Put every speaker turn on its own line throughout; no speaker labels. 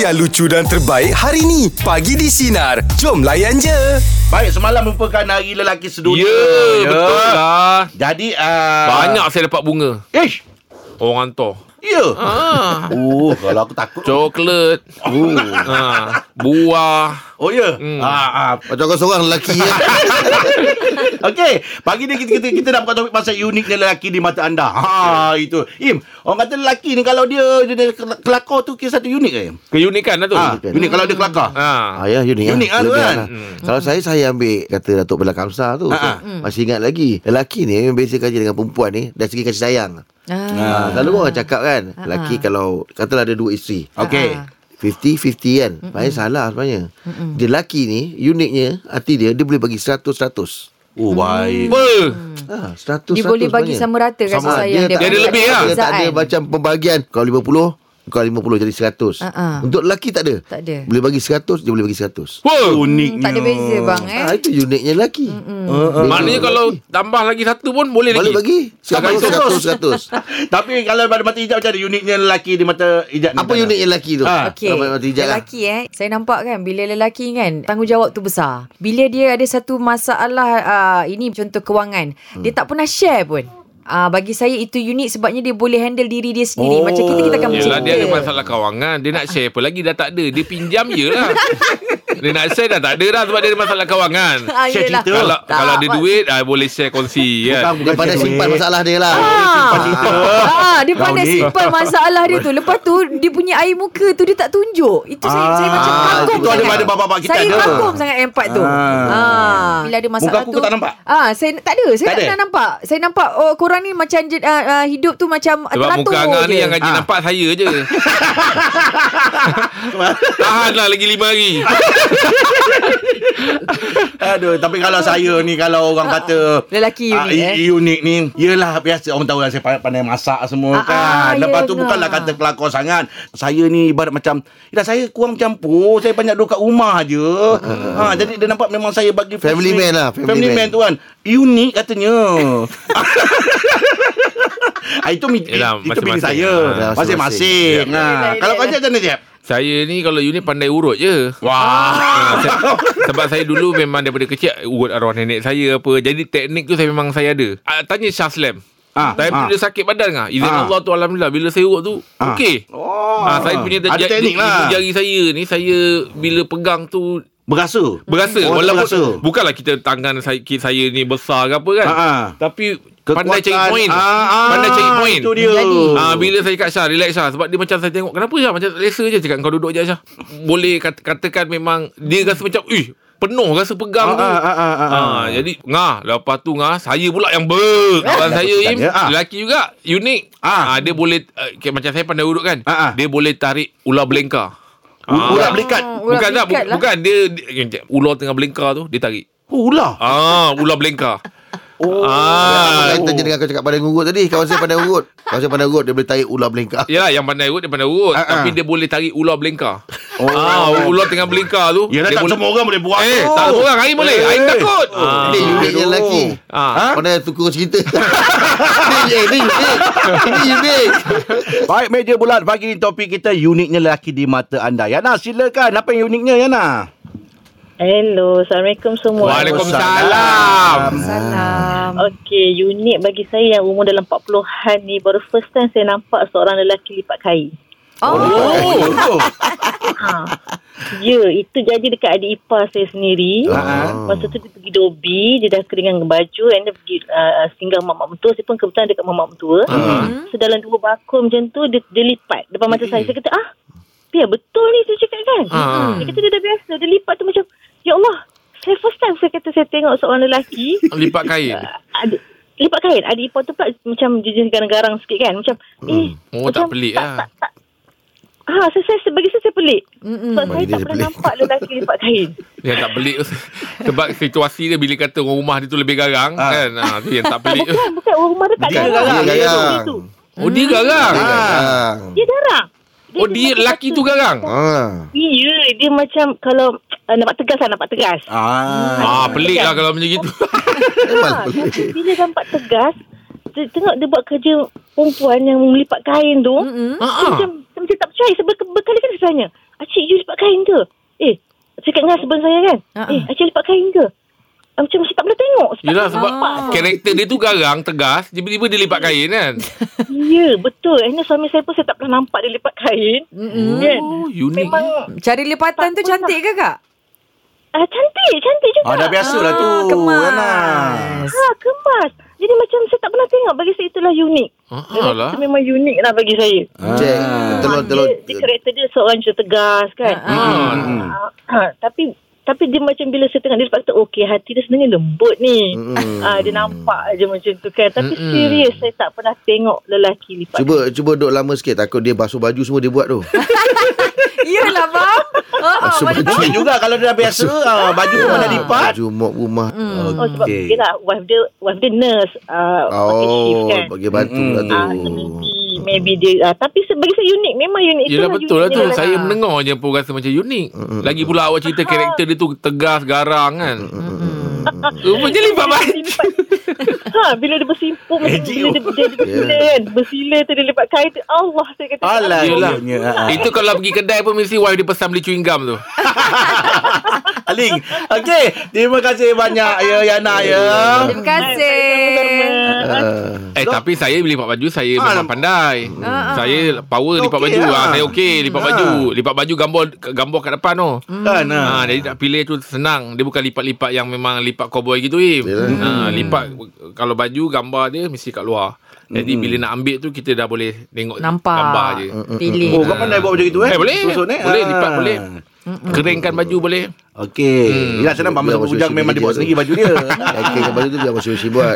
yang lucu dan terbaik hari ni. Pagi di Sinar. Jom layan je.
Baik, semalam merupakan hari lelaki sedunia.
Ya, betul lah.
Jadi... Uh,
Banyak saya dapat bunga.
Ish.
Orang hantar.
Ya.
Ah,
Oh, kalau aku takut.
coklat.
Oh,
Ah, buah.
oh ya.
Hmm.
Ah, ah.
Macam kau seorang lelaki ya.
Okey, pagi ni kita, kita kita nak buka topik pasal uniknya lelaki di mata anda. Ha, itu. Im, orang kata lelaki ni kalau dia, dia, dia kel- kelakar tu kira satu unik eh.
Keunikan lah tu.
Ha, unik kalau dia kelakar.
Ah.
Ah, ya, unik.
Unik lah tu kan?
Hmm. Kalau saya, saya ambil kata Datuk Bela Kamsa tu.
Ah, ah.
Saya
Hmm.
Masih ingat lagi. Lelaki ni memang biasa kaji dengan perempuan ni. Dari segi kasih sayang.
Ah.
Ah. Selalu orang cakap kan.
Ah, ah.
Lelaki kalau, katalah ada dua isteri.
Okey.
Ha,
50-50 kan Sebenarnya salah sebenarnya Mm-mm. Dia lelaki ni Uniknya Hati dia Dia boleh bagi 100-100
Oh, baik.
Apa?
Ha, 100
Mm. Dia boleh bagi sama rata kasih
Sama.
sayang dia.
Dia, tak
Dia ada lebih lah.
Dia tak ada macam pembagian Kalau 50 Kalau 50 jadi 100
Ah, ah.
Untuk lelaki tak ada
Tak ada.
Boleh bagi 100 Dia boleh bagi 100
Apa?
Uniknya.
Tak ada beza bang eh.
ha, Itu uniknya lelaki Beza
Maknanya
lelaki.
kalau tambah lagi satu pun boleh ah, lagi.
Boleh bagi
Tambah seratus.
100 100 100
Tapi kalau pada mata hijau macam ada uniknya lelaki di mata hijau. ni?
Apa uniknya lelaki tu
Ah,
Okey.
Ramai mata hijau lah
Lelaki eh. Saya nampak kan bila lelaki kan tanggungjawab tu besar. Bila dia ada satu masalah uh, ini contoh kewangan, hmm. dia tak pernah share pun. Ah uh, bagi saya itu unik sebabnya dia boleh handle diri dia sendiri. Oh. Macam kita kita akan
Yelah
bercerita.
dia ada masalah kawangan Dia nak share apa lagi Dah tak ada Dia pinjam je lah Dia nak share dah tak ada dah Sebab dia ada masalah kawangan
Ah,
Share
yelah.
cerita.
Kalau
Tak,
kalau ada
Mak.
duit ah, Boleh share kongsi
Bukan,
kan
bukan
Dia pandai
cerita.
simpan masalah dia lah
Ah, dia
Kau
pandai
ni.
simpan masalah dia tu. Lepas tu dia punya air muka tu dia tak tunjuk. Itu saya saya macam
Ah,
kagum.
itu ada
sangat.
pada bapak-bapak kita
Saya
ada.
kagum sangat empat tu.
Ah.
Ah. Bila ada masalah
Muka aku
tu.
kau tak nampak?
Ah, saya tak ada. Saya
Tak
tak,
ada?
pernah nampak. Saya nampak oh korang ni macam je- ah, ah, hidup tu macam
Sebab muka Angah ni Yang ngaji
Ah.
nampak saya je Tahanlah lagi lima hari
Aduh, tapi kalau saya ni kalau orang kata
Ah, Lelaki unik,
ah, i-
eh.
Unik ni. Yalah biasa orang tahu lah saya pandai- pandai masak semua
Ah,
kan.
ah,
Lepas
ya
tu
ke?
bukanlah kata kelakar sangat. Saya ni ibarat macam yalah saya kurang campur, saya banyak duduk kat rumah je. ha jadi dia nampak memang saya bagi
Ah. Family
free-
man lah,
Family,
family
man.
man.
tu kan. Unik katanya. Ah, itu mi-
Yalah,
itu pilih
masing-masing.
saya.
Ah,
Masing-masing.
masing-masing.
Ha. Kalau kau ajak macam mana Jeb?
Saya ni kalau unit pandai urut je Wah Sebab saya dulu memang daripada kecil Urut arwah nenek saya apa Jadi teknik tu saya memang saya ada Ah, Tanya Shah Slam
Ah,
Ah, time
ah.
tu dia sakit badan kan Izin
Ah.
Allah tu Alhamdulillah Bila saya urut tu
Ah.
Okey
Oh.
Ah, saya punya
ada teknik lah.
ibu jari saya ni saya bila pegang tu
Berasa.
berasa
Oh,
walaupun
berasa.
bukanlah kita tangan saya, ki- saya ni besar ke apa kan.
Ha, ha.
Tapi pandai cari point.
Ah, ah,
pandai cari point.
Itu dia.
Jadi.
Ah bila saya kat Syah relax Syah sebab dia macam saya tengok kenapa Syah macam tak selesa je cakap kau duduk je Syah. Boleh kat, katakan memang dia rasa macam ih penuh rasa pegang tu.
Ah, ah, ah, ah, ah.
Ah, jadi ngah lepas tu ngah saya pula yang ber abang saya
Takutkan
im
dia, ah.
lelaki juga unik. Ah,
Ah.
dia boleh uh, macam saya pandai urut kan.
Ah, ah.
Dia boleh tarik ular belengkar. Ah.
U- Ular
Hmm,
belikat.
bukan tak bu-
lah.
bukan dia, dia ular tengah belengkar tu dia tarik.
Oh, ular.
Ah, ular belengkar.
Oh.
Apa
Ah.
kaitan je dengan kau cakap pandai urut tadi Kawan saya pandai urut Kawan saya pandai urut Dia boleh tarik ular belengkar
Yalah yang pandai urut dia pandai urut
Ah, ah.
tapi dia boleh tarik ular belengkar. Oh. Ah, ular tengah belengkar tu.
Yalah
dia
tak
boleh,
semua orang boleh buat
Eh,
tu.
tak semua orang Ah. Ain boleh. Ain
Eh.
takut.
Ini uniknya lelaki
Ah.
Ha?
Pandai tukar cerita Ini ini unik Ini unik
Baik, meja bulat pagi ni topik kita uniknya lelaki di mata anda. Yana, silakan. Apa yang uniknya, Yana?
Hello, Assalamualaikum semua.
Waalaikumsalam.
Salam.
Okey, unik bagi saya yang umur dalam 40-an ni baru first time saya nampak seorang lelaki lipat kain. Ha.
Oh.
Oh.
Ya, itu jadi dekat adik ipar saya sendiri.
Ah.
Masa tu dia pergi dobi, dia dah keringan baju and dia pergi uh, singgah mamak mentua. Saya pun kebetulan dekat mamak mentua.
Ah.
So dalam dua bakul macam tu, dia, dia lipat depan mata saya. Saya kata, ah, biar betul ni saya cakap kan.
Ah.
Dia kata dia dah biasa, dia lipat tu macam, ya Allah, saya first time saya kata saya tengok seorang lelaki
Ah, Lipat kain.
adik, lipat kain adik ipar tu pula macam jenis garang-garang sikit kan macam eh
Oh, tak pelik
tak,
lah.
tak, tak. Ha, saya, saya, saya- bagi saya, saya pelik.
Mm-mm.
Sebab saya
Bagi dia
tak pernah
pelik.
nampak lelaki lipat kain.
Dia tak pelik tu. Sebab situasi dia bila kata orang rumah dia tu lebih garang
Ah.
kan. Ah, tu yang tak pelik.
Bukan, Kan? bukan. Orang rumah dia tak
Dia
garang.
garang,
dia
Dia
garang.
tu.
Oh dia garang.
kan?
Dia garang.
Ah.
Dia garang.
Oh dia lelaki tu garang.
Ah.
Ya, dia macam kalau uh, nampak tegas lah, nampak tegas.
Ah.
Ah pelik lah kalau macam gitu.
Memang
Ha,
pelik.
dia- bila nampak tegas, dia, tengok dia buat kerja perempuan yang melipat kain tu.
Mm-mm.
Ah,
Dia
ah.
Macam, dia macam tak percaya. Sebab berkali-kali saya tanya. Acik you lipat kain ke? Eh, saya kat dengan husband saya kan.
Ah,
Uh-uh. Eh, acik lipat kain ke? Ah, Macam saya tak boleh tengok. Saya tak
Yelah
boleh
sebab
nampak.
Karakter dia tu garang Tegas Tiba-tiba dia lipat kain kan
Ya, betul. Akhirnya suami saya pun saya tak pernah nampak dia lipat kain. Mm-hmm. Kan?
Oh unik
Memang
Cara lipatan tu cantik ke kak?
ah, cantik, cantik juga.
Ah, dah biasa lah tu.
Ah, kemas.
Anak.
Ha, kemas. Jadi macam saya tak pernah tengok. Bagi saya itulah unik.
Ah,
Dia
lah.
kata Memang unik lah bagi saya.
Cek Ah. telur telur.
Dia, dia karakter dia seorang macam tegas kan.
Ah.
Ah, ah, tapi tapi dia macam bila saya tengok dia sebab kata okey hati dia sebenarnya lembut ni.
Mm.
Ah dia nampak je macam tu kan. Tapi
Mm-mm.
serius saya tak pernah tengok lelaki lipat.
Cuba cuba duduk lama sikit takut dia basuh baju semua dia buat tu.
Yelah bang. Oh, oh,
Basuh
mana tahu.
Mungkin juga kalau dia dah biasa ah, Hmm. Baju pun dah lipat
Baju mop rumah.
Hmm.
Oh sebab
Okey.
okay. yelah wife dia wife dia nurse uh, pakai shift
Oh,
kan.
bagi bantu
Mm-mm.
lah tu.
Ah so maybe maybe dia ah, tapi se- bagi saya unik memang unik
Yelah
Itulah
betul lah
uniknya
tu
lelaki.
Saya mendengar je pun rasa macam unik Lagi pula awak cerita karakter dia tu Tegas, garang kan Rupanya lipat baju
ha, bila dia bersimpul macam
Magic.
bila dia, dia, dia bersilir kan. Bersilir tu dia lebat kain tu. Allah saya kata.
Alah
Yelah.
Yelah ah.
Itu kalau pergi kedai pun Mesti wife dia pesan beli chewing gum tu
Hmm. Aling Okey Terima kasih banyak Ya Yana ya
Terima kasih.
Sama-sama.
Ah.
Eh tapi saya bila lipat baju Saya
Ah,
memang pandai Saya power
Okey
lipat baju
lah.
ah, Saya okey lipat
Ah.
baju Lipat baju gambar gambar kat depan tu
Kan
Ha,
ah.
jadi tak pilih tu senang. Dia bukan lipat-lipat yang memang lipat cowboy gitu Im.
Hmm.
Ha, lipat kalau baju gambar dia mesti kat luar. Jadi
Hmm.
bila nak ambil tu kita dah boleh tengok
Nampak.
gambar je.
Pilih.
Oh kau pandai buat macam itu eh
Eh boleh.
Susun eh
Boleh
Ah.
lipat boleh. Keringkan baju boleh.
Okey Yelah senang Pak
Biar
Mesut
masuk
Bujang
sini
Memang dia
dia
buat
tu.
sendiri baju dia
Okey, kembali tu biar masih masih buat.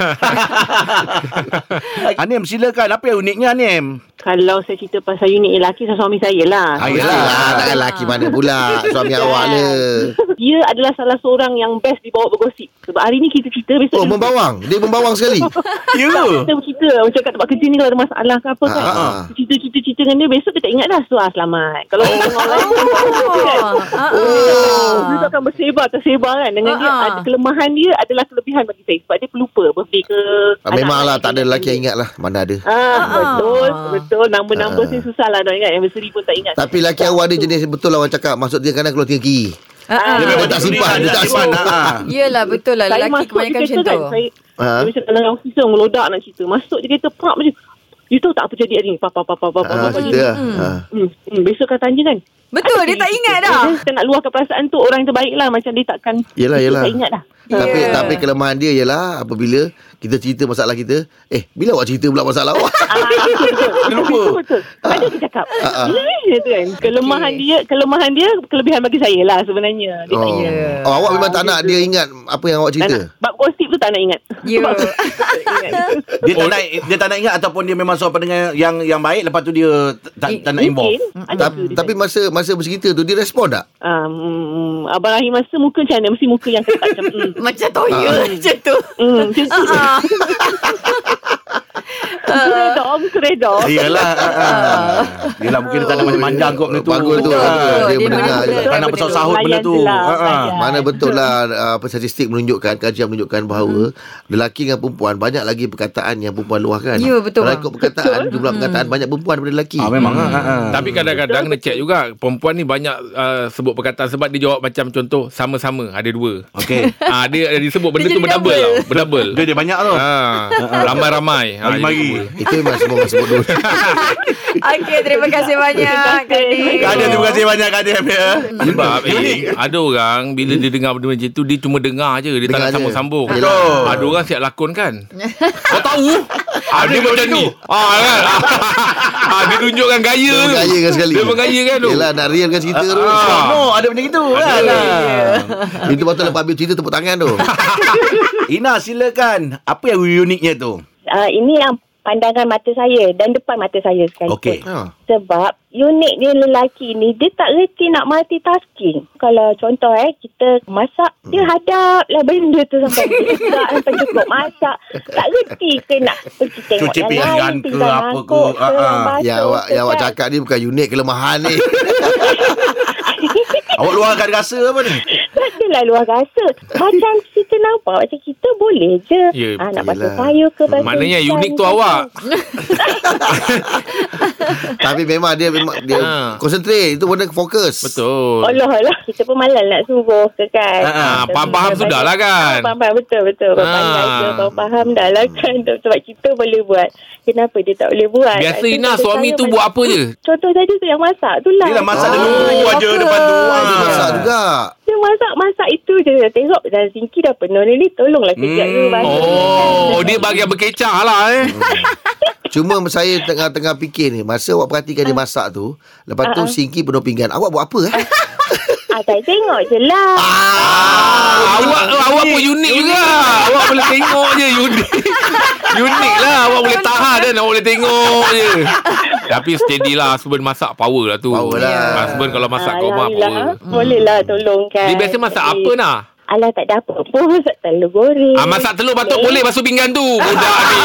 Anim silakan Apa yang uniknya Anim
Kalau saya cerita pasal unit lelaki Saya suami saya
Ha? Ah,
lah
Ayolah, takkan laki mana pula suami awak le.
Dia adalah salah seorang yang best Dibawa bergosip Sebab hari ni kita cerita
Oh,
Besok kita-
membawang. Dia membawang sekali. Ah,
You
kita cerita Macam kat tempat kerja ni Kalau ada masalah ke apa kan
Ah, ah.
Cerita-cerita dengan dia Besok dia tak ingat dah So ah, selamat
Oh.
Kalau kita dengan orang lain
Oh. ah,
Oh. Dia tu akan bersebar Tersebar kan Dengan dia
Ah, ah.
ada Kelemahan dia adalah kelebihan bagi saya Sebab dia pelupa Birthday ke
Ah, Memanglah tak ada lelaki yang
ingat
ingat lah. Mana ada.
Ah, betul
Ah.
betul nombor-nombor ni susah lah nak ingat anniversary pun tak ingat Ah.
Tapi lelaki awak ada jenis betul lah orang cakap. Masuk tiga kanan keluar tiga kiri.
ah, ah.
Oh.
Dia memang tak simpan. Dia tak simpan.
ah.
Yelah betul lah
saya
lelaki
masuk je
kebanyakan
kereta
macam
kan
tu.
saya,
Ha?
saya macam dalam office tu melodak nak cerita masuk je kereta prak macam you tahu tak apa jadi hari ni papa papa papa
Ah,
papa
kita lah. Ah.
Hmm, hmm, besok akan tanya kan
Betul dia tak ingat dah.
Kita nak luahkan perasaan tu Orang yang terbaik lah Macam dia takkan
Yelah,
dia
yelah.
Tak ingat dah
Tapi
Yeah.
tapi kelemahan dia ialah apabila kita cerita masalah kita, eh bila awak cerita pula masalah awak?
Kenapa? Betul. Ada dia cakap.
Ha,
Ya, dia tu kan. Kelemahan
Okey.
dia, kelemahan dia kelebihan bagi saya lah sebenarnya. Dia tak
Oh.
ingat.
oh, awak memang tak nak dia ingat apa yang awak
Tak
cerita.
nak. Bab gosip tu tak nak ingat.
Ya.
Bab gosip tu tak nak ingat.
Dia tak nak dia tak nak ingat ataupun dia memang seorang pendengar yang yang baik lepas tu dia tak, tak nak
Mungkin.
involve.
ada
Ta-
tu dia
tapi
tak-
masa masa bercerita tu dia respon tak?
Um, Abang Rahim masa muka macam mana? Mesti muka yang ketat macam mm,
Macam toya macam tu.
mm, macam tu.
Ah.
ah.
Muka reda, muka reda.
Yelah ah, ah. Yelah mungkin dia tak nak mandang kot benda tu
Bagus tu.
Ah.
Betul,
betul.
Dia
Dia
mendengar
betul.
je.
Tak nak
Benda tu.
bersahut benda tu
Layan je lah,
Ah, ah.
layan.
Mana betul lah uh, apa statistik menunjukkan kajian menunjukkan bahawa lelaki dengan perempuan banyak lagi perkataan yang perempuan luahkan.
Ya, betul,
Kalau
bang.
ikut perkataan jumlah perkataan banyak perempuan daripada lelaki.
Ah memang ah, ah.
Tapi kadang-kadang kena check juga Perempuan ni banyak uh, sebut perkataan Sebab dia jawab macam contoh Sama-sama ada dua
Okey.
Ah dia, dia sebut benda
Dia
tu
jadi
berdouble
double.
tau Berdouble
Dia dia banyak tu.
Ah, Ramai-ramai Ah,
Mari-mari.
jadi dua.
Itu memang semua orang sebut dulu.
Okey terima kasih banyak.
Terima kasih.
Kak Din.
Kak Adam terima kasih banyak Kak Adam ya.
Sebab eh, ada orang bila dia dengar benda macam tu dia cuma dengar je dia
Dengar
tak nak
je.
sambung-sambung. Ah,
Betul.
Ada orang siap lakon kan. Kau tahu? Ada macam ni. Ah kan. Ah dia tunjukkan gaya
Dia
tu.
mengayakan sekali.
Dia menggaya kan tu.
Yelah nak realkan cerita tu.
Ah.
Seronok ada benda gitu kan. Ah.
Itu patut lepas habis cerita tepuk tangan tu.
Ina silakan. Apa yang uniknya tu?
uh, ini yang pandangan mata saya dan depan mata saya sekali.
Okey.
Ha.
Sebab unik dia lelaki ni, dia tak reti nak multitasking. Kalau contoh eh, kita masak, dia
Hmm.
hadap lah benda tu sampai dia gerak sampai cukup masak. Tak reti ke nak pergi tengok
Cuci
yang
pinggan
lain,
ke
pinggan
apa ke,
mangkuk
ah, ah.
yang
Yang
basuh
Ya, awak
ke
yang awak
kan.
cakap ni bukan unit kelemahan ni.
Awak luahkan rasa apa ni?
lah
Takkanlah luar rasa. Macam si
kita nampak macam kita boleh je.
Ya,
ah, nak
yelah.
basuh sayur ke basuh
Maknanya
ikan
unik tu
ke. kan?
awak.
Tapi memang dia memang dia
Ha.
concentrate itu benda fokus.
Betul.
Allah Allah Kita pun malas nak suruh ke kan
Ah, ah,
Tapi
faham-faham
memang-
sudah lah kan?
Ah, Faham-faham betul-betul
Ah.
Pandai ke faham-faham dah lah kan Sebab kita boleh buat Kenapa dia tak boleh buat
Biasa
Sebab
Ina
dia
suami
saya
tu
balik-
buat apa je?
Contoh tadi tu yang masak tu lah
Yelah masak
Ah,
dulu
dia
aja
apa?
depan tu.
Ah, dia
Ah.
masak juga.
Dia masak Masak itu je Dia Tengok dan sinki dah penuh ni ni Tolonglah kejap dulu basuh
Hmm. Oh, dia bahagian berkecah lah eh.
Cuma saya tengah-tengah fikir ni Masa awak perhatikan dia masak tu Lepas tu sinki penuh pinggan Awak buat apa eh?
ah, Saya tengok je lah
Ah, awak awak pun unik juga. Awak boleh tengok je unik. unik lah awak boleh tahan dan awak boleh tengok je. Tapi steady lah husband masak power lah tu.
Power lah.
Husband kalau masak
Ah,
Ah,
kat rumah power.
Alhamdulillah. Boleh lah tolong kan
Hmm. Dia biasa masak apa nak?
Alah tak ada apa pun Masak telur goreng
Ah, masak telur
Eh,
batuk boleh basuh pinggan tu. Budak ni.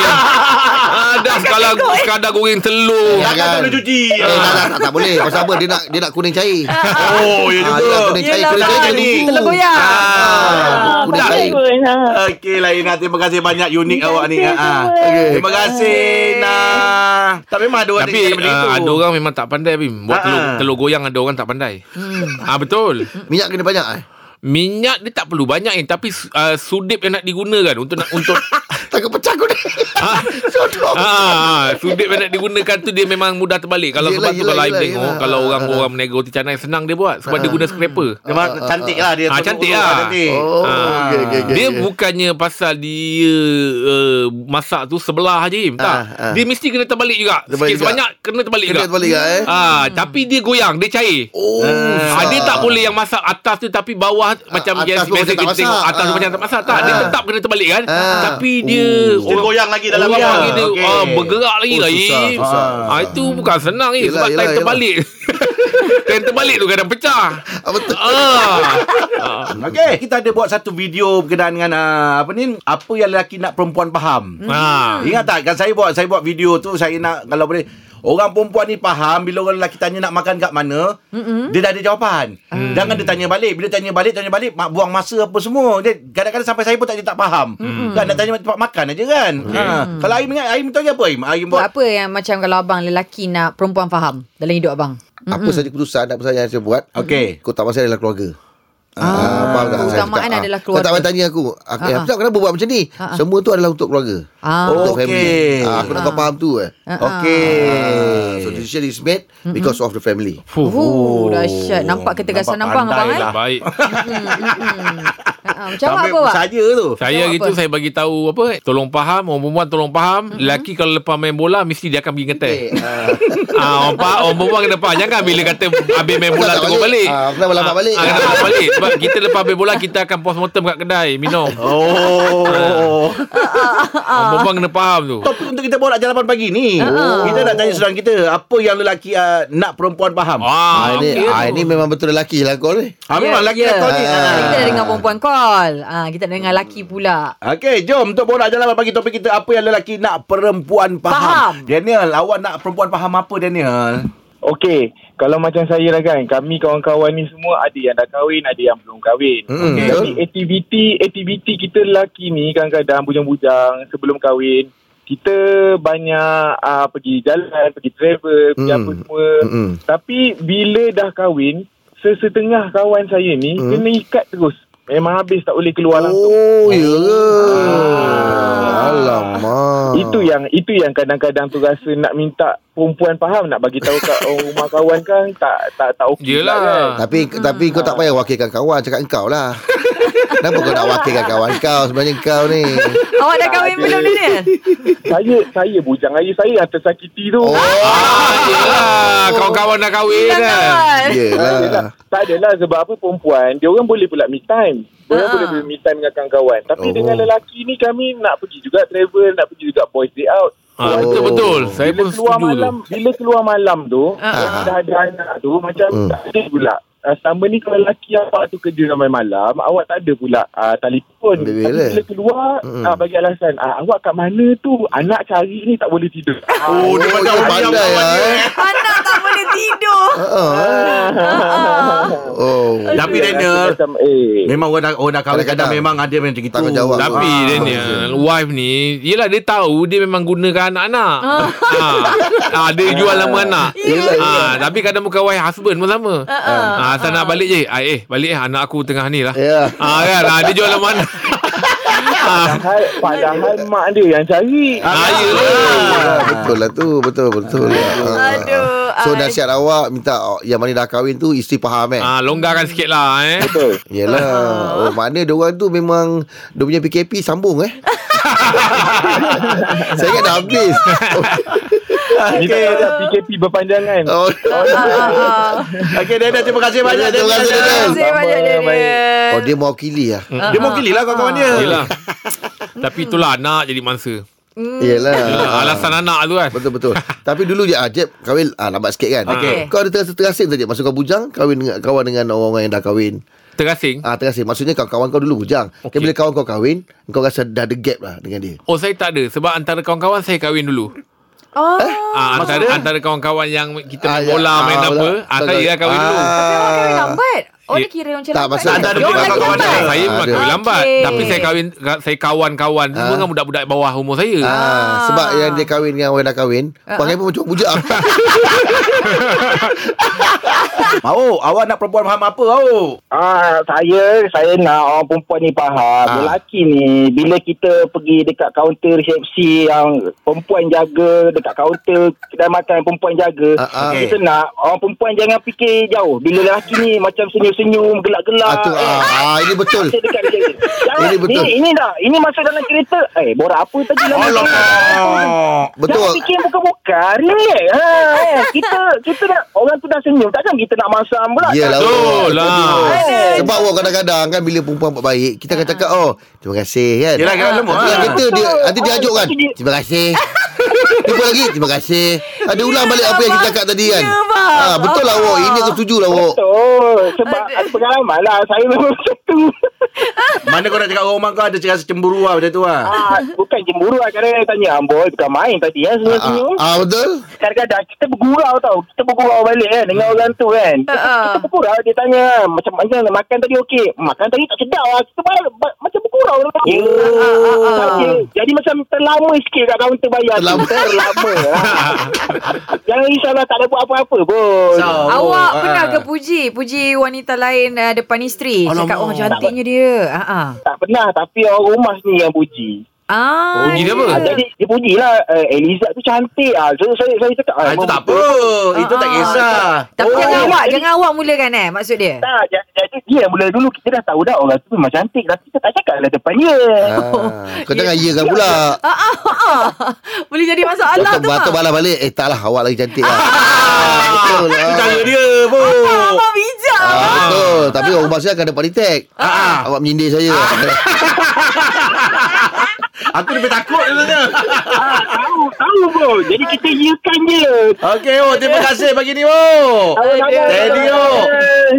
Ah, dah sekadar, sekadar goreng telur.
Takkan tak boleh cuci.
Eh, tak, tak, tak, tak boleh Pasal apa dia nak, dia nak kuning cair
Oh, ya
Ah, dia
juga.
nak kuning cair
Yelah,
Kuning
tak
cair
jadi.
jadi
Telur goyak.
Ah, kuning
tak
cair
pun, ha.
ah.
Okey lah Ina Terima kasih banyak Unik awak ni
kasih,
ha.
Okey.
Terima kasih Ina Tak memang ada orang
Tapi
macam
uh, ada
tu.
orang memang tak pandai Bim. Buat
Ah,
telur,
ah.
telur goyang ada orang tak pandai. Ah betul.
Minyak kena banyak eh?
Minyak dia tak perlu banyak ni tapi uh, sudip yang nak digunakan untuk nak untuk
Takut pecah kuning Sodok
ah sudip yang nak digunakan tu dia memang mudah terbalik. Kalau sebab
Yelah,
tu
yelah,
kalau Aim
yelah,
tengok
yelah.
kalau
Ah,
orang
ah.
orang meniaga roti canai senang dia buat sebab dia guna scraper.
Memang cantik lah dia
Ah,
tengok
cantik
dulu,
lah.
cantik.
Oh, okey, okey, okey.
Dia bukannya pasal dia uh, masak tu sebelah je Im, tak.
Ah, ah.
Dia mesti kena terbalik juga. Sikit
Terbalik juga.
sebanyak kena terbalik
Kena
juga.
terbalik juga eh?
Ah, tapi dia goyang, dia cair.
Oh,
Ah, dia tak boleh yang masak atas tu tapi bawah macam
atas
yang biasa
pun macam tak
kita
masak.
tengok atas tu
Ah.
macam tak masak tak dia
Ah.
tetap kena terbalik kan
Ah.
tapi dia
Dia goyang lagi dalam
orang
dia.
panggil dia
Okey.
ah, bergerak lagi
Oh,
lah
susah,
eh.
susah.
Ah, itu bukan senang eh
Yelah,
sebab
yelah,
time
yelah.
terbalik time terbalik tu kadang pecah
Ah, Betul
ah.
Okey, kita ada buat satu video berkenaan dengan ah, apa ni? Apa yang lelaki nak perempuan faham.
Hmm.
ah.
Ingat tak kan saya buat saya buat video tu saya nak kalau boleh orang perempuan ni faham bila orang lelaki tanya nak makan kat mana mm dia dah ada jawapan.
Hmm.
Mm. Jangan dia tanya balik. Bila tanya balik tanya balik mak buang masa apa semua. Dia kadang-kadang sampai saya pun tak dia tak faham. Mm. Kan nak tanya tempat makan aja kan. Ha. Kalau Aim ingat Aim tanya apa Aim? Aim
Buat
buat
apa yang macam kalau abang lelaki nak perempuan faham dalam hidup abang?
Apa saja keputusan Apa saja yang saya buat
Okey.
Keutamaan saya adalah keluarga Ah, faham tak? Saya
keutamaan
cakap, ah.
adalah
Kau tak payah
keluarga.
tanya aku. Aku
Ah,
ah,
ah.
ah. kenapa buat macam ni?
Ah, ah.
Semua tu adalah untuk keluarga.
Ah.
Untuk
Okey.
family. Ah, aku nak kau faham tu eh.
Okey.
Ah, so decision is made because of the family.
Oh, oh dahsyat. Nampak ketegasan
nampak
abang abang
pandai
eh.
lah.
Ah. baik
Ha, macam awak apa awak?
saya tu.
saya
Jawab
hari
apa?
tu saya bagi tahu apa tolong faham orang perempuan tolong faham
Hmm.
lelaki kalau lepas main bola mesti dia akan pergi ngeteh
Eh, ah,
Ah, orang, pa- orang perempuan kena faham Jangan bila kata Habis main bola
Tak
terus
balik.
balik
Ah, kenapa lambat balik?
ah, Kenapa lambat balik Sebab kita lepas main bola Kita akan postmortem kat kedai Minum
Ah.
Oh.
Ah.
Orang perempuan kena faham tu
Topik untuk kita bawa nak jalan pagi ni. Oh. Kita nak tanya saudara kita apa yang lelaki ah, nak perempuan faham.
Ah,
Ah, ini,
okey
ah,
tu.
ini memang betul lelaki lah kau ni.
Ah, memang
Ya,
lelaki
ya.
yeah. kau ni.
Ah, Kita dah
Ah.
dengar perempuan call. Ah, kita dah dengar lelaki pula.
Okey, jom untuk borak jalan bagi topik kita apa yang lelaki nak perempuan faham.
Faham.
Daniel, awak nak perempuan faham apa Daniel?
Okey, kalau macam saya lah kan, kami kawan-kawan ni semua ada yang dah kahwin, ada yang belum kahwin.
Hmm,
Okay.
betul.
Tapi aktiviti aktiviti kita lelaki ni kadang-kadang bujang-bujang sebelum kahwin, kita banyak uh, pergi jalan, pergi travel, pergi
Hmm.
apa semua.
Mm-mm.
Tapi bila dah kahwin, sesetengah kawan saya ni
Hmm.
kena ikat terus. Memang habis tak boleh keluar lah. langsung.
Oh, ya ke?
Ah.
Alamak.
Itu yang itu yang kadang-kadang tu rasa nak minta perempuan faham nak bagi tahu kat orang rumah kawan kan tak tak tak okey lah
Yelah.
kan.
Tapi hmm. tapi kau tak payah wakilkan kawan, cakap engkau lah. Kenapa kau nak wakilkan kawan kau sebenarnya kau ni?
Awak dah kahwin belum Daniel?
Saya saya bujang air saya yang tersakiti tu.
Oh,
Oh.
Ah, yelah. Kawan-kawan dah kahwin
Dah
kan.
kahwin.
yelah.
Tak adalah sebab apa perempuan dia orang boleh pula me time. Dia orang
Ah.
boleh boleh me time dengan kawan-kawan. Tapi
Oh.
oh. dengan lelaki ni kami nak pergi juga travel, nak pergi juga boys day out.
Ah,
Keluar
betul
tu.
betul.
Oh.
Saya
bila
pun
keluar
setuju tu.
malam, Bila keluar malam tu,
Ah.
dah ada anak tu macam
Hmm.
tak ada pula. Uh, selama ni kalau lelaki awak tu kerja ramai malam, awak tak ada pula uh,
Bila-
telefon. Tapi
bila?
bila keluar,
Mm-mm.
uh, bagi alasan, uh, awak kat mana tu? Anak cari ni tak boleh tidur.
Oh,
Ah.
dia pandai,
ya.
pandai lah eh.
Anak tak boleh tidur.
Ha, ha.
Ah.
Oh,
Tapi
Kan
Daniel,
aku macam, eh.
Memang orang nak, orang nak kahwin kadang
Kadang-kadang.
memang ada macam gitu.
Tanggungjawab.
Tapi
Ah.
dia ni Wife ni Yelah dia tahu Dia memang gunakan anak-anak
Ah.
ha. ha. Dia jual nama anak
Ya.
Yelah, yelah.
ha. Tapi kadang bukan wife Husband pun sama ha. Asal nak balik je ah, Eh balik eh Anak aku tengah ni lah
Ya.
ha, kan? ha. Dia jual Ah, nama anak
Padahal, padahal mak dia yang cari.
ha. Yelah
Ah, betul lah tu Betul betul Ah.
Aduh, ah.
So nasihat awak Minta oh, yang mana dah kahwin tu Isteri faham eh
ha. Longgarkan sikit lah eh
Betul.
Yelah oh, Maknanya dia orang tu memang Dia punya PKP sambung eh Saya ingat dah habis
Ni tak tahu dah PKP berpanjangan.
oh,
Okey, Daniel, terima kasih banyak.
Terima
Ah, Terima
kasih,
Daniel.
kasih
Sama-sama,
banyak Daniel.
oh dia mewakili lah
Dia mungkin lah kawan-kawan dia.
Yelah Tapi itulah anak jadi mangsa
Yelah
Yelah, Ah, Alasan anak tu kan
Betul betul. Tapi dulu je ah, Jeb kahwin ah lambat sikit kan.
Okey.
Kau ada terasa terasing tak Jeb masa kau bujang kahwin dengan kawan dengan orang-orang yang dah kahwin.
Terasing
Ah terasing maksudnya kau kawan kau dulu bujang. Okay.
Okey.
bila kawan kau kahwin, kau rasa dah ada gap lah dengan dia.
Oh saya tak ada Sebab antara kawan-kawan Saya kahwin dulu
Oh.
Ah, antara, antara kawan-kawan yang kita main
Ah, ya.
bola, main
Ah,
apa,
bola.
ah, saya dah kahwin dulu.
Tapi orang kahwin lambat. Orang
Eh,
kira macam
tak,
lambat.
maksud
ke?
antara
Dia orang
dia
lagi
kawan-kawan
lambat.
Tak,
dia.
saya bukan
Ada.
kahwin lambat
Okey.
Tapi saya kahwin Saya kawan-kawan Semua kan budak-budak bawah umur saya
Ah, sebab yang dia kahwin dengan orang yang dah kahwin, perangai pun lah. macam orang bujang.
Mau, awak nak perempuan faham apa, Mau?
Ah, saya saya nak orang perempuan ni faham.
Ah.
Ah. Lelaki ni bila kita pergi dekat kaunter resepsi yang perempuan jaga dekat kaunter kedai makan perempuan jaga.
Ah, ah.
Kita nak orang perempuan jangan fikir jauh. Bila lelaki ni macam senyum-senyum,
ah,
gelak-gelak.
tu, ah, ah, ini betul.
Saya dekat dia. Jangan.
Ini betul.
Ini, ini dah. Ini masuk dalam kereta. Eh, borak apa tadi lama?
Alamak.
Betul.
Jangan fikir yang bukan-bukan. Relax. Ha, eh. Kita kita dah, orang tu dah senyum. Takkan kita nak masam pula.
Yelah
Betul
betul
lah.
betul. Sebab awak kadang-kadang kan Bila perempuan buat baik Kita akan cakap Oh terima kasih kan
Yelah, kira lama.
Dia
ah.
kata dia Nanti dia ajuk kan Terima kasih Tiba lagi Terima kasih Ada ulang balik Apa yang kita cakap tadi kan
Ya, Abang.
Ah, Betul lah Wok Ini aku setuju lah Wok
Betul. Sebab ada pengalaman lah. Saya memang macam tu.
Mana kau nak cakap orang rumah kau ada rasa cemburu lah benda tu lah.
ah, bukan cemburu lah. Kadang-kadang tanya, Amboi bukan main tadi ya.
Ah,
Senyum-senyum.
ah, Betul
Kadang-kadang kita bergurau tau. Kita bergurau balik kan dengan
Hmm.
orang tu kan. Kita,
Ah, ah.
kita bergurau. Dia tanya, macam mana nak makan tadi okey. Makan tadi tak sedap lah. Kita balik, ba- macam bergurau. dengan
Ya.
dia. Okey. Jadi macam terlama sikit kat kaunter bayar. tu.
Terlama.
terlama
ya.
lah. Jangan risaulah tak ada buat apa-apa pun.
So,
Awak
ah.
pernah ke puji? Puji wanita lain ah, depan isteri. Cakap, oh cantiknya dia. Ah, ah.
Tak pernah. Tapi orang rumah sendiri yang puji.
Ah,
Puji dia apa?
Hmm.
Ah, jadi dia puji lah eh, Eliza tu cantik ah. So saya saya cakap
Ah,
ah,
itu
memang
tak apa.
betul.
Oh, Itu tak
Ah,
kisah.
Tapi
Oh,
jangan
jadi-
awak, jangan awak mulakan eh maksud dia.
Tak, ja- jadi dia mula dulu kita dah tahu dah orang tu memang cantik tapi kita tak cakap lah depan dia.
Ah, Kau jangan iyakan pula
Ah, ah, ah. Boleh jadi masalah
Batu
tu. ah.
batu
Abang
balas balik Eh tak lah Awak lagi cantik lah Ah, Betul lah
Cara dia pun.
Abang bijak.
Ah, Betul Tapi orang bahasa akan ada politek
Ah,
Awak menyindir saya
Aku lebih takut sebenarnya.
Ah, tahu, tahu pun. Jadi kita iyakan je.
Okey, oh, terima kasih pagi ni, oh. Teddy, oh.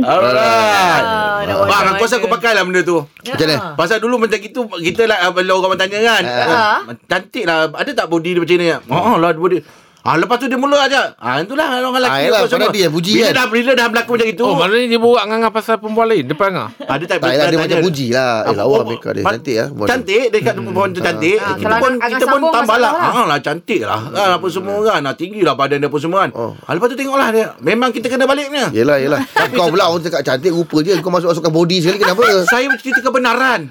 Alright.
Ah, dah
Bang,
macam
aku rasa
mana.
aku pakai lah benda tu.
Macam mana
Pasal dulu macam gitu Kita lah ah, Bila orang tanya kan
Ah.
oh, Cantik lah Ada tak body dia macam ni Oh lah body Ah lepas tu dia mula aja. Ah itulah orang lelaki
Ah, yelah,
apa
padahal
semua.
dia yang puji,
bila
kan?
dah bila dah berlaku macam itu.
Oh maknanya dia borak ngangah Pasal perempuan lain Depan ngah
ada tak
Tak, yelah, dia macam puji lah. Eh, lawa
awak
mereka dia. Cantik lah perempuan tu.
Cantik dia kat perempuan tu cantik.
Ah,
Kita
kalau
pun
agak- agak
kita pun
sambung
tambah lah.
masalah
Ah lah cantik lah. Kan apa semua kan. Ah tinggi lah badan dia apa semua kan.
Hmm, Oh. Ya.
Ah lepas tu tengoklah dia. Memang kita kena baliknya.
Yelah yelah Kau pula orang cakap cantik Rupa je Kau masuk-masukkan body sekali Kenapa
Saya cerita kebenaran.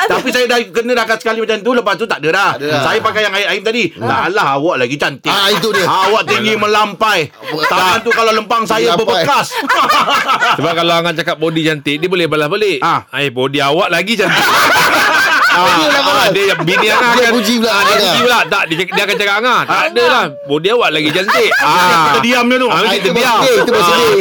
Tapi saya dah kena dah sekali macam tu Lepas tu tak ada dah
ada dah. Hmm.
Saya pakai yang air-air tadi Tak lah awak lagi cantik
Ah, itu dia.
Ah, Awak tinggi melampai Tangan tu kalau lempang saya
Melampai.
berbekas
Sebab kalau Angah cakap body cantik Dia boleh balas balik
Ah.
Eh body awak lagi cantik Ah, ah, dia bini Angah
Dia
akan
puji pula
ah, dia
Angah.
puji pula tak dia, dia akan cakap Angah tak ada lah body awak lagi cantik ah
Kita diam je tu.
ah,
Ah,
kita
Itu
diam Ah.
bersedih Itu bersedih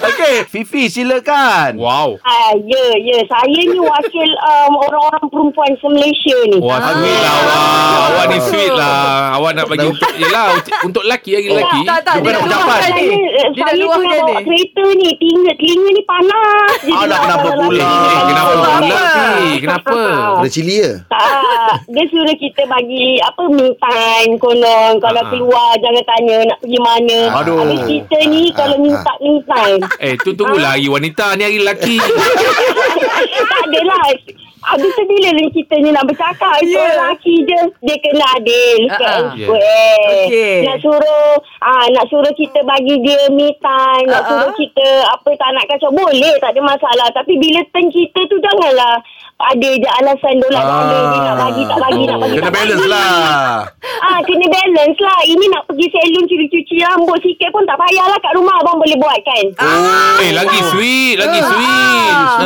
Okey Fifi silakan
wow
Ah, ya, ya. Saya ni wakil um, orang-orang perempuan se-Malaysia ni. Ah,
Wah sweet lah awak Awak ni sweet lah Awak nak bagi untuk Yelah untuk- Untuk lelaki lagi lelaki
tak, tak.
Bukan
Dia
nak
nak
ucapan.
luahkan
Saya,
ni.
eh,
Dia dah
saya
luah
tu
dia
nak bawa
ni.
kereta ni Telinga Telinga ni panas
Ah,
Jadi ah,
Alah
nak
kenapa
bawa
pula
lagi.
Eh, kenapa
Tak,
pula ni? Kenapa?
ah,
Kena cili ya?
Tak Dia suruh kita bagi Apa me time Konon Kalau
Ah.
keluar Jangan tanya Nak pergi mana
Aduh.
Habis kita ni Kalau
Ah.
minta me time
Eh, tu tunggulah hari wanita. Ni hari lelaki.
tak adalah. Habis tu bila ni kita ni nak bercakap
Ya.
yeah. Itu lelaki je Dia kena adil
Ah,
uh-uh.
Ya.
ah. Okey.
okay. Nak suruh ah, Nak suruh kita bagi dia me time
Ah,
Nak
ah.
suruh kita Apa tak nak kacau Boleh tak ada masalah Tapi bila turn kita tu Janganlah ada je alasan dolar ah. dollar ni nak bagi tak bagi nak bagi
Kena
tak
balance
bagi.
lah
Ah kena balance lah. Ini nak pergi salon cuci-cuci rambut sikit pun tak payahlah kat rumah abang boleh buat kan.
Ah,
eh, lagi sweet. Lagi sweet. Ah.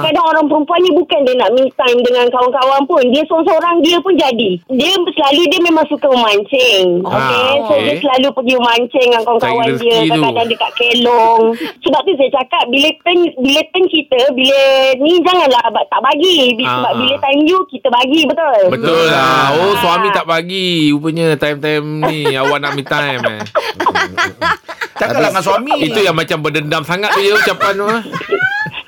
Kadang-kadang orang perempuan ni bukan dia nak me time dengan kawan-kawan pun. Dia seorang-seorang dia pun jadi. Dia selalu dia memang suka memancing.
Ah,
okay? So
okey.
dia selalu pergi memancing dengan kawan-kawan
Cari
dia.
rezeki tu.
Kadang-kadang dekat kelong. Sebab tu saya cakap bila turn, bila turn kita, bila ni janganlah abang tak bagi. Bi-
Ah,
Sebab
ah.
bila time you, kita bagi betul. Ah.
Betul lah. Oh, suami tak bagi. Rupanya time-time ni awak nak me time eh.
Cakaplah dengan suami
Itu yang macam berdendam sangat tu je ucapan tu. eh.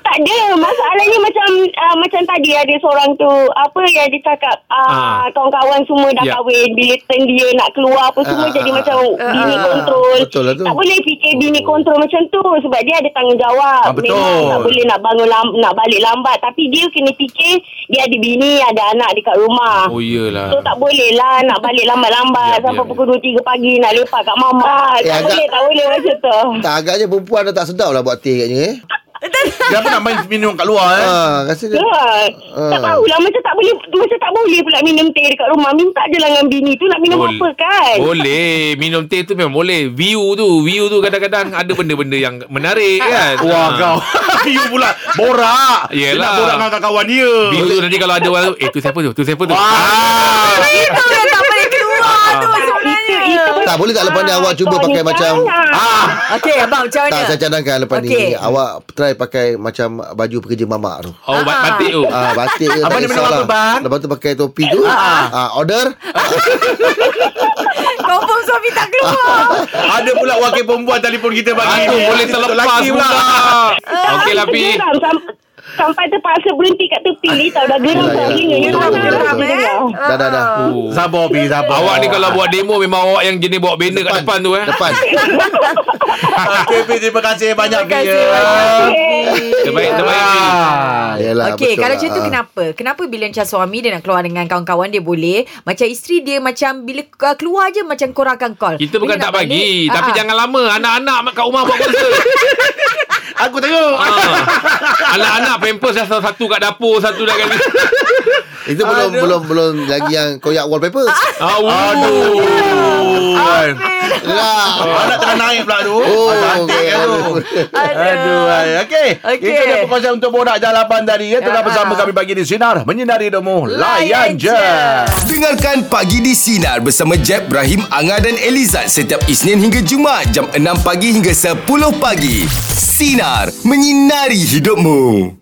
Tak ada. Masalahnya macam uh, macam tadi ada seorang tu apa yang dia cakap
Ah.
uh, kawan-kawan semua dah
Ya.
yeah. kahwin bila turn dia nak keluar apa
Ah,
semua jadi
ah,
macam
ah.
bini
Ah,
kontrol.
betul lah tu.
Tak boleh fikir bini kontrol macam tu sebab dia ada tanggungjawab.
Ah, betul.
Memang tak boleh nak bangun lam- nak balik lambat tapi dia kena fikir dia ada bini, ada anak dekat
Ah.
rumah.
Oh, iyalah.
So tak boleh lah nak balik lambat-lambat
Ya,
sampai
ya.
pukul 2 3 pagi nak lepak kat mama.
Eh,
tak
agak-
boleh, tak boleh macam tu.
Tak agaknya perempuan dah tak sedap lah buat teh agaknya eh.
Dia pun nak main minum kat luar eh
Ah, rasa dia.
Ya.
Ah.
Tak tahulah macam tak boleh macam tak boleh pula minum teh dekat rumah. Minta je lah dengan bini tu nak minum
Bol-
apa kan?
Boleh Minum teh tu memang boleh View tu View tu kadang-kadang Ada benda-benda yang menarik kan
Wah
Ah.
kau You pula Borak Dia
Yelah.
nak borak dengan kawan dia
View tu nanti kalau ada orang Eh tu siapa tu Tu siapa tu
Wah.
ah.
Itu yang tak boleh keluar tu
Ah.
sebenarnya.
Tak boleh tak lepas ni
Ah,
awak cuba
kau
pakai
ni
macam Ah.
jangan.
Okey, abang macam mana?
tak saya cadangkan lepas
Okey.
ni awak try pakai macam baju pekerja mamak tu.
Oh bat- batik tu
Ah, batik ke
Abang
tak
nak minum
kisahlah.
apa, bang?
Lepas tu pakai topi tu. Ah, order.
Confirm suami tak keluar.
Ada pula wakil perempuan telefon kita pagi
Aduh
ni
Ah, boleh terlepas
Lelaki
pula Okey lah Pi
Geram Ah, sam- sampai terpaksa berhenti kat tepi ni tau dah geram
Yelah,
tak
yelah.
ni.
Geram, geram, eh? Dah dah dah.
Oh.
Sabar Pi sabar
Awak ni kalau buat demo Memang awak yang jenis Bawa banner kat depan tu eh
Depan.
Okay Pi terima kasih banyak Pi
kasih
ya.
banyak.
Terbaik Terbaik Pi
Ah.
Yalah.
Okey,
betul
kalau
lah.
macam tu
Ah.
kenapa? Kenapa bila macam suami dia nak keluar dengan kawan-kawan dia boleh, macam isteri dia macam bila uh, keluar je macam korang akan call.
Kita
Bila
bukan
nak
tak
balik,
bagi Tapi
ah, ah.
jangan lama Anak-anak kat rumah buat konsert
Aku tengok
Ah. Anak-anak pampers dah satu kat dapur Satu dah kat
Itu belum belum belum lagi yang koyak wallpaper.
Aduh,
Aduh
Lah.
Oh, Anak tengah naik pula tu
Oh,
Anak
okay.
cantik kan tu Aduh, ay.
Okey.
okey. Okay. Itu dia perkongsian untuk borak jalapan tadi.
Ya.
Ya, tengah bersama kami pagi di Sinar. Menyinari Demo. Layan je.
Dengarkan Pagi di Sinar bersama Jeb, Ibrahim, Anga dan Elizad setiap Isnin hingga Jumaat jam 6 pagi hingga 10 pagi. Sinar. Menyinari hidupmu.